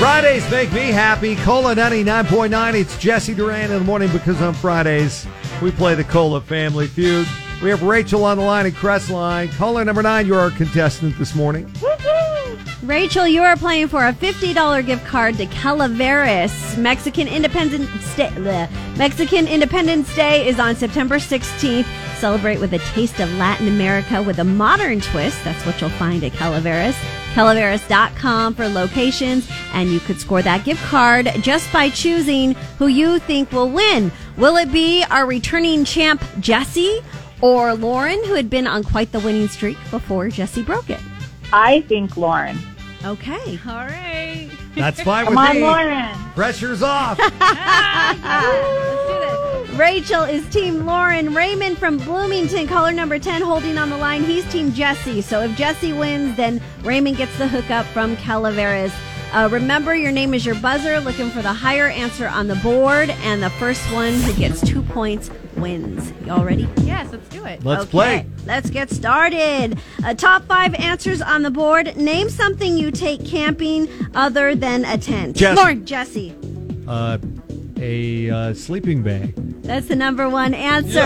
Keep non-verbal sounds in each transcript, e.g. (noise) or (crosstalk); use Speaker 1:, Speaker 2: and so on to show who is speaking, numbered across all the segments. Speaker 1: Fridays make me happy. Cola 99.9. It's Jesse Duran in the morning because on Fridays we play the Cola Family Feud. We have Rachel on the line at Crestline. Caller number nine, you're our contestant this morning.
Speaker 2: Rachel, you are playing for a $50 gift card to Calaveras. Mexican Independence Day bleh. Mexican Independence Day is on September 16th. Celebrate with a taste of Latin America with a modern twist. That's what you'll find at Calaveras. Calaveras.com for locations, and you could score that gift card just by choosing who you think will win. Will it be our returning champ, Jesse, or Lauren, who had been on quite the winning streak before Jesse broke it?
Speaker 3: I think Lauren.
Speaker 2: Okay.
Speaker 4: All right.
Speaker 1: That's fine with
Speaker 3: Come on,
Speaker 1: me.
Speaker 3: Lauren.
Speaker 1: Pressure's
Speaker 3: (laughs)
Speaker 1: off.
Speaker 2: Rachel is Team Lauren. Raymond from Bloomington, caller number 10, holding on the line. He's Team Jesse. So if Jesse wins, then Raymond gets the hookup from Calaveras. Uh, remember, your name is your buzzer, looking for the higher answer on the board, and the first one who gets two points wins. Y'all ready?
Speaker 4: Yes, let's do it.
Speaker 1: Let's
Speaker 2: Okay,
Speaker 1: play.
Speaker 2: Let's get started. Uh, top five answers on the board. Name something you take camping other than a tent.
Speaker 1: Jesse.
Speaker 2: Lauren, Jesse.
Speaker 1: Uh, a uh, sleeping bag.
Speaker 2: That's the number one answer.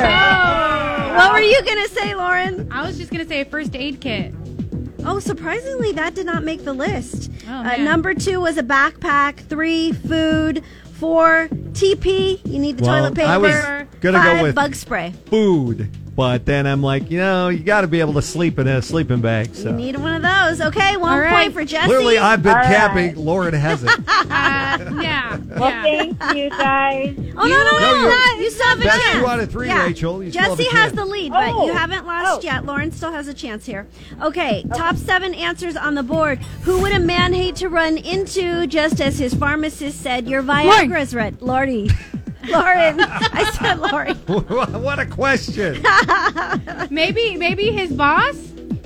Speaker 2: What were you going to say, Lauren?
Speaker 4: I was just gonna say a first aid kit.
Speaker 3: (laughs)
Speaker 2: Oh, surprisingly, that did not make the list.
Speaker 4: Oh,
Speaker 2: uh,
Speaker 4: man.
Speaker 2: number two was a backpack, three, food, four, TP. You need the
Speaker 1: Well,
Speaker 2: toilet paper.
Speaker 1: I was gonna go
Speaker 2: five,
Speaker 1: with-
Speaker 2: bug spray.
Speaker 1: Food. But then I'm like, you know, you got to be able to sleep in a sleeping bag. So
Speaker 2: You need one of those. Okay, one
Speaker 4: All
Speaker 2: point
Speaker 4: right.
Speaker 2: for Jesse.
Speaker 1: clearly, I've been
Speaker 3: All right.
Speaker 1: camping. Lauren
Speaker 3: (laughs)
Speaker 1: hasn't. (laughs)
Speaker 4: Uh, yeah.
Speaker 3: Well,
Speaker 4: yeah.
Speaker 3: thank you guys.
Speaker 2: Oh, no, no,
Speaker 1: No,
Speaker 2: no.
Speaker 1: you're-
Speaker 2: no, you still have a
Speaker 1: That's
Speaker 2: chance.
Speaker 1: two out of three, Rachel. You still have a
Speaker 2: Jesse has
Speaker 1: chance.
Speaker 2: the lead, but
Speaker 3: Oh.
Speaker 2: you haven't lost
Speaker 3: Oh.
Speaker 2: yet. Lauren still has a chance here. Okay, top seven answers on the board. Who would a man hate to run into just as his pharmacist said, your Viagra's red? Lordy. (laughs) Lauren. I said Lauren.
Speaker 1: what a question.
Speaker 4: Maybe maybe his boss.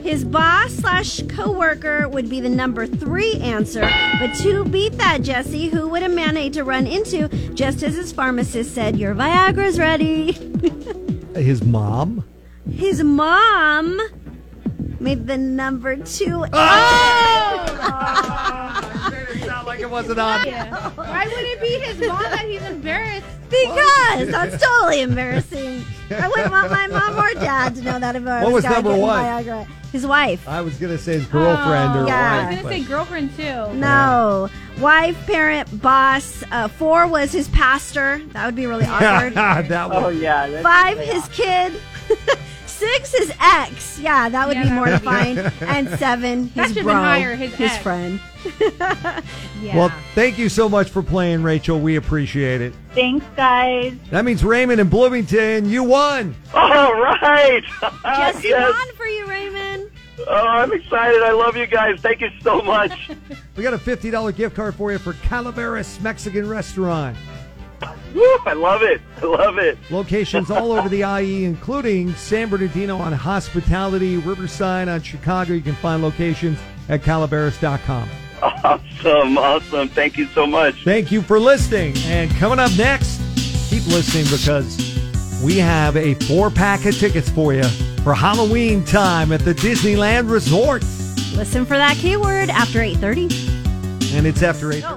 Speaker 2: His boss slash coworker would be the number three answer. But to beat that, Jesse, who would a man hate to run into just as his pharmacist said, your Viagra's ready?
Speaker 1: His mom.
Speaker 2: His mom made the number two.
Speaker 1: Oh! I made it sound like it wasn't on.
Speaker 4: Why would it be his mom that he's embarrassed?
Speaker 2: Because
Speaker 1: (laughs)
Speaker 2: that's totally embarrassing. I wouldn't want my mom or dad to know that about
Speaker 1: What was number one? Uh.
Speaker 2: Viagra. His wife.
Speaker 1: I was gonna say his girlfriend or
Speaker 2: Yeah.
Speaker 4: Oh, I was
Speaker 1: wife.
Speaker 4: gonna say girlfriend too.
Speaker 2: No. Wife, parent, boss. Uh, four was his pastor. That would
Speaker 1: (laughs)
Speaker 2: be really awkward.
Speaker 1: but- that
Speaker 3: (laughs) Oh,
Speaker 1: was
Speaker 3: yeah. that's-
Speaker 2: Five, his kid. (laughs) Six, his ex. Yeah, that would
Speaker 4: Yeah,
Speaker 2: be
Speaker 4: that would be-
Speaker 2: mortifying.
Speaker 4: (laughs)
Speaker 2: and seven, his
Speaker 4: should've been
Speaker 2: bro,
Speaker 4: higher, his
Speaker 2: his
Speaker 4: ex.
Speaker 2: friend. (laughs)
Speaker 1: Uh,
Speaker 4: Yeah.
Speaker 1: Well, thank you so much for playing, Rachel. We appreciate it.
Speaker 3: Thanks, guys.
Speaker 1: That means Raymond and Bloomington, you won.
Speaker 5: All right.
Speaker 2: Jesse
Speaker 5: (laughs) Yes.
Speaker 2: won for you, Raymond.
Speaker 5: Oh, I'm excited. I love you guys. Thank you so much.
Speaker 1: We got a $50 gift card for you for Calaveras Mexican Restaurant.
Speaker 5: Woo, I love it. I love it. (laughs)
Speaker 1: Locations all over the IE, including San Bernardino on Hospitality, Riverside on Chicago. You can find locations at calaveras.com.
Speaker 5: Awesome. Awesome. Thank you so much.
Speaker 1: Thank you for listening. And coming up next, keep listening because we have a four pack of tickets for you for Halloween time at the Disneyland Resort.
Speaker 2: Listen for that keyword after 8:30.
Speaker 1: And it's after 8.